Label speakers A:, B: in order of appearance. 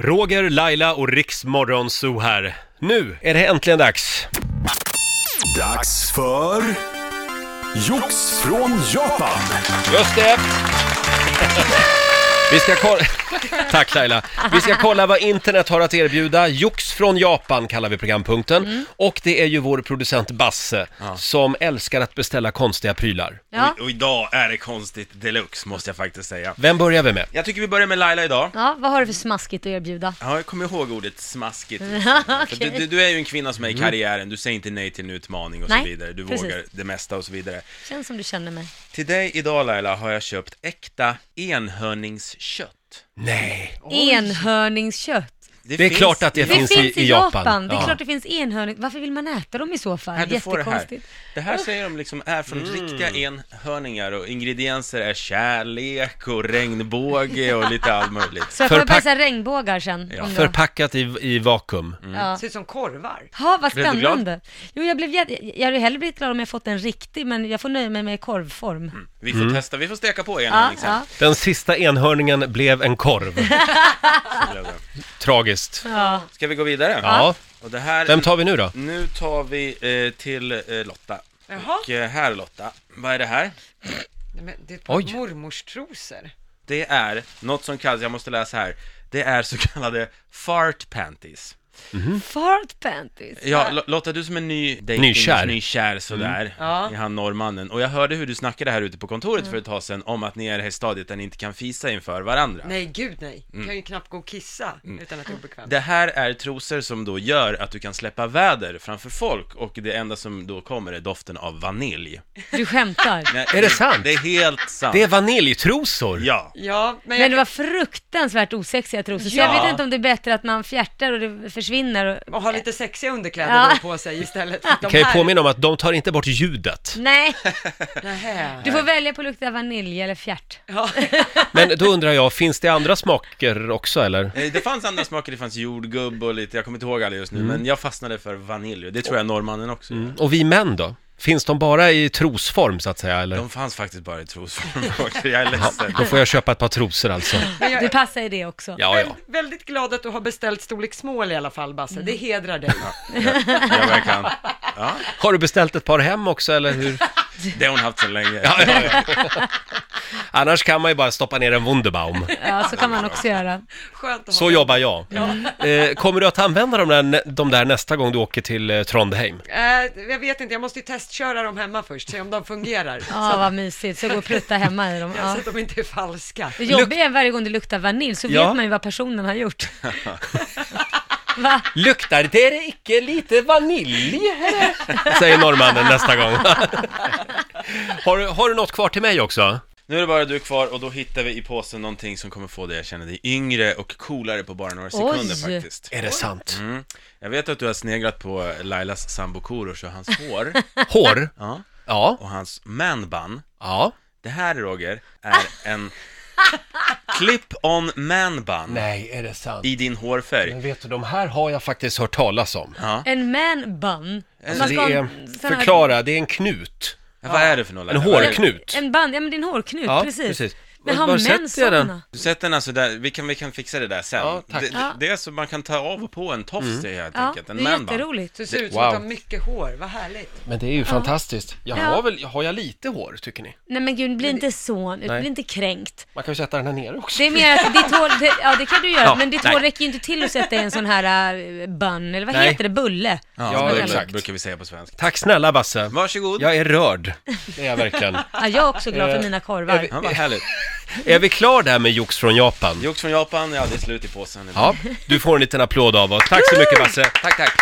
A: Roger, Laila och Riksmorgon Zoo här. Nu är det äntligen dags!
B: Dags för Jox från Japan.
A: Just det! Vi ska kolla... Tack Laila! Vi ska kolla vad internet har att erbjuda. Jox från Japan kallar vi programpunkten.
C: Mm.
A: Och det är ju vår producent Basse som älskar att beställa konstiga prylar.
C: Ja.
D: Och, och idag är det konstigt deluxe, måste jag faktiskt säga.
A: Vem börjar vi med?
D: Jag tycker vi börjar med Laila idag.
C: ja, vad har du för smaskigt att erbjuda?
D: Ja, jag kommer ihåg ordet smaskigt. För du,
C: Mm, Okej.
D: du, du är ju en kvinna som är i
A: Mm.
D: karriären, du säger inte nej till en utmaning och
C: Nej,
D: så vidare. Du
C: precis.
D: vågar det mesta och så vidare.
C: Känns som du känner mig.
D: Till dig idag Laila har jag köpt äkta enhörningskött.
A: Nej!
C: Enhörningskött.
A: Det är klart att det
C: Det finns,
A: finns i- i
C: i
A: Japan.
C: Japan. Det är
A: Ja.
C: klart det finns enhörning. Varför vill man äta dem i så fall?
D: Här, du får det här.
C: Jättekonstigt.
D: Det här säger de liksom är från
A: Mm.
D: riktiga enhörningar och ingredienser är kärlek och regnbåge och lite allt möjligt.
C: Så jag kommer
A: Förpack-
C: börja säga regnbågar sen.
D: Ja.
C: om du-
A: Förpackat i, i vakuum.
C: ja.
E: Ser ut som korvar.
C: Ha, vad
D: Blev du glad?
C: spännande. Jo, jag blev jätte... Jag hade hellre blivit glad om jag fått en riktig, men jag får nöja mig med korvform.
D: Vi
A: Mm.
D: får testa, vi får steka på
C: Ja,
D: enhörning sen.
C: ja.
A: Den sista enhörningen blev en korv. Tragiskt.
C: ja.
D: Ska vi gå vidare?
A: Ja,
D: Och det här...
A: vem tar vi nu då?
D: Nu tar vi eh, till eh, Lotta.
E: Jaha.
D: Och eh, här Lotta, vad är det här?
E: Nej, men det är ett
A: Oj.
E: par mormors trosor.
D: Det är något som kallas, jag måste läsa här, det är så kallade fart panties. Mm.
C: Fart panties.
D: Ja, Lo- Lotta, du som är ny dating,
A: Nykär. Mm.
D: nykär sådär,
E: Ja. Mm.
D: i han norrmannen. Och jag hörde hur du snackade här ute på kontoret för ett tag sedan om att ni är i det här stadiet där ni inte kan fisa inför varandra.
E: Nej, gud nej. Kan ju knappt gå och kissa utan att det är obekvämt.
D: Det här är trosor som då gör att du kan släppa väder framför folk och det enda som då kommer är doften av vanilj.
C: Du skämtar.
D: Nej,
A: Är det sant?
D: Det är helt sant.
A: Det är vaniljtrosor!
D: Ja.
E: Ja, men,
C: Men det
E: jag,
C: var fruktansvärt osexiga trosor, så
E: Ja.
C: jag vet inte om det är bättre att man fjärtar och det försvinner. Och...
E: och ha lite sexiga underkläder
C: Ja.
E: då på sig istället. för de
A: Kan ju
E: här-
A: påminna om att de tar inte bort ljudet.
C: Nej,
E: Nähä.
C: du får välja på att lukta vanilj eller fjärt.
E: Ja.
A: Men då undrar jag, finns det andra smaker också eller?
D: Eh, Det fanns andra smaker, det fanns jordgubb och lite, jag kommer inte ihåg alla just nu, men jag fastnade för vanilj och det tror jag norrmannen också gör.
A: Och vi män då? Finns de bara i trosform så att säga eller?
D: De fanns faktiskt bara i trosform också, jag är ledsen.
A: Då får jag köpa ett par trosor alltså.
E: Men jag
C: Du
E: är
C: passar i det också.
A: Ja, ja.
E: väl- väldigt glad att du har beställt storlek small i alla fall, Basse. Det hedrar dig.
D: Jag verkar, ja,
A: Har du beställt ett par hem också eller hur?
D: det har hon haft så länge.
A: Ja, ja, ja. Annars kan man ju bara stoppa ner en Wunderbaum.
C: Ja, så kan man också göra.
E: Skönt att
A: Så
E: ha.
A: jobbar jag. Eh, kommer du att använda de där, de där nästa gång du åker till eh, Trondheim?
E: Eh, jag vet inte, jag måste ju testköra dem hemma först, se om de fungerar.
C: Ja, vad mysigt. Så gå och prutta hemma i dem.
E: Ja,
C: Ja.
E: Så att de inte är falska.
C: Det jobbiga är varje gång det luktar vanilj, så vet
A: Ja.
C: man ju vad personen har gjort. Va?
A: Luktar det icke lite vanilj? Säger norrmannen nästa gång. har, du- har du något kvar till mig också?
D: Nu är det bara du kvar och då hittar vi i påsen någonting som kommer få dig att känna dig yngre och coolare på bara några sekunder
C: Oj.
D: faktiskt.
A: Är det sant?
D: Mm. Jag vet att du har sneglat på Lailas sambo Korosh och hans hår,
A: Hår?
D: ja,
A: Ja.
D: och hans manbun.
A: Ja.
D: Det här, Roger, är en clip-on manbun
A: Nej, är det sant?
D: i din hårfärg.
A: Men vet du, de här har jag faktiskt hört talas om. Alltså,
C: En man bun. Om man
A: Det
C: ska ha en
A: är,
C: sån här-
A: förklara, det är en knut.
D: Ja, Vad är det för något?
A: En
D: Laila?
A: hårknut.
C: En band, ja men din hårknut,
A: Ja,
C: precis.
A: precis.
C: Men
A: Var-
C: har
A: var
C: män
A: sätter jag den?
C: sådana?
D: Du sätter den alltså där, vi kan, vi kan fixa det där sen.
A: Ja, tack.
D: Det, det,
C: Ja.
D: det är så man kan ta av och på en tofs mm. helt
C: Ja,
D: enkelt.
C: det
D: En
C: är
D: man bun.
C: jätteroligt.
E: Så det ser ut som
A: Wow.
E: att de har mycket hår, vad härligt.
A: Men det är ju fantastiskt. Jag
C: Ja.
A: har väl, har jag lite hår tycker ni?
C: Nej men gud, bli inte så,
A: Nej.
C: bli inte kränkt.
A: Man kan ju sätta den här nere också.
C: Det är mer att ditt hår, det, ja det kan du göra,
A: Ja,
C: men ditt
A: nej.
C: hår räcker ju inte till att sätta i en sån här uh, bun, eller vad
A: Nej.
C: heter det, bulle?
D: Ja,
A: Ja,
D: det
A: exakt.
D: brukar vi säga på svenska.
A: Tack snälla Basse.
D: Varsågod. Ja.
A: Jag är rörd. Det är jag verkligen.
C: Ja, jag är också glad
A: Eh,
C: för mina korvar.
A: vi-
D: vad härligt.
A: är vi klar där med jox från Japan?
D: Jox från Japan, ja det är slut i påsen.
A: Ja, du får en liten applåd av oss. Tack så mycket Basse.
D: Tack, tack.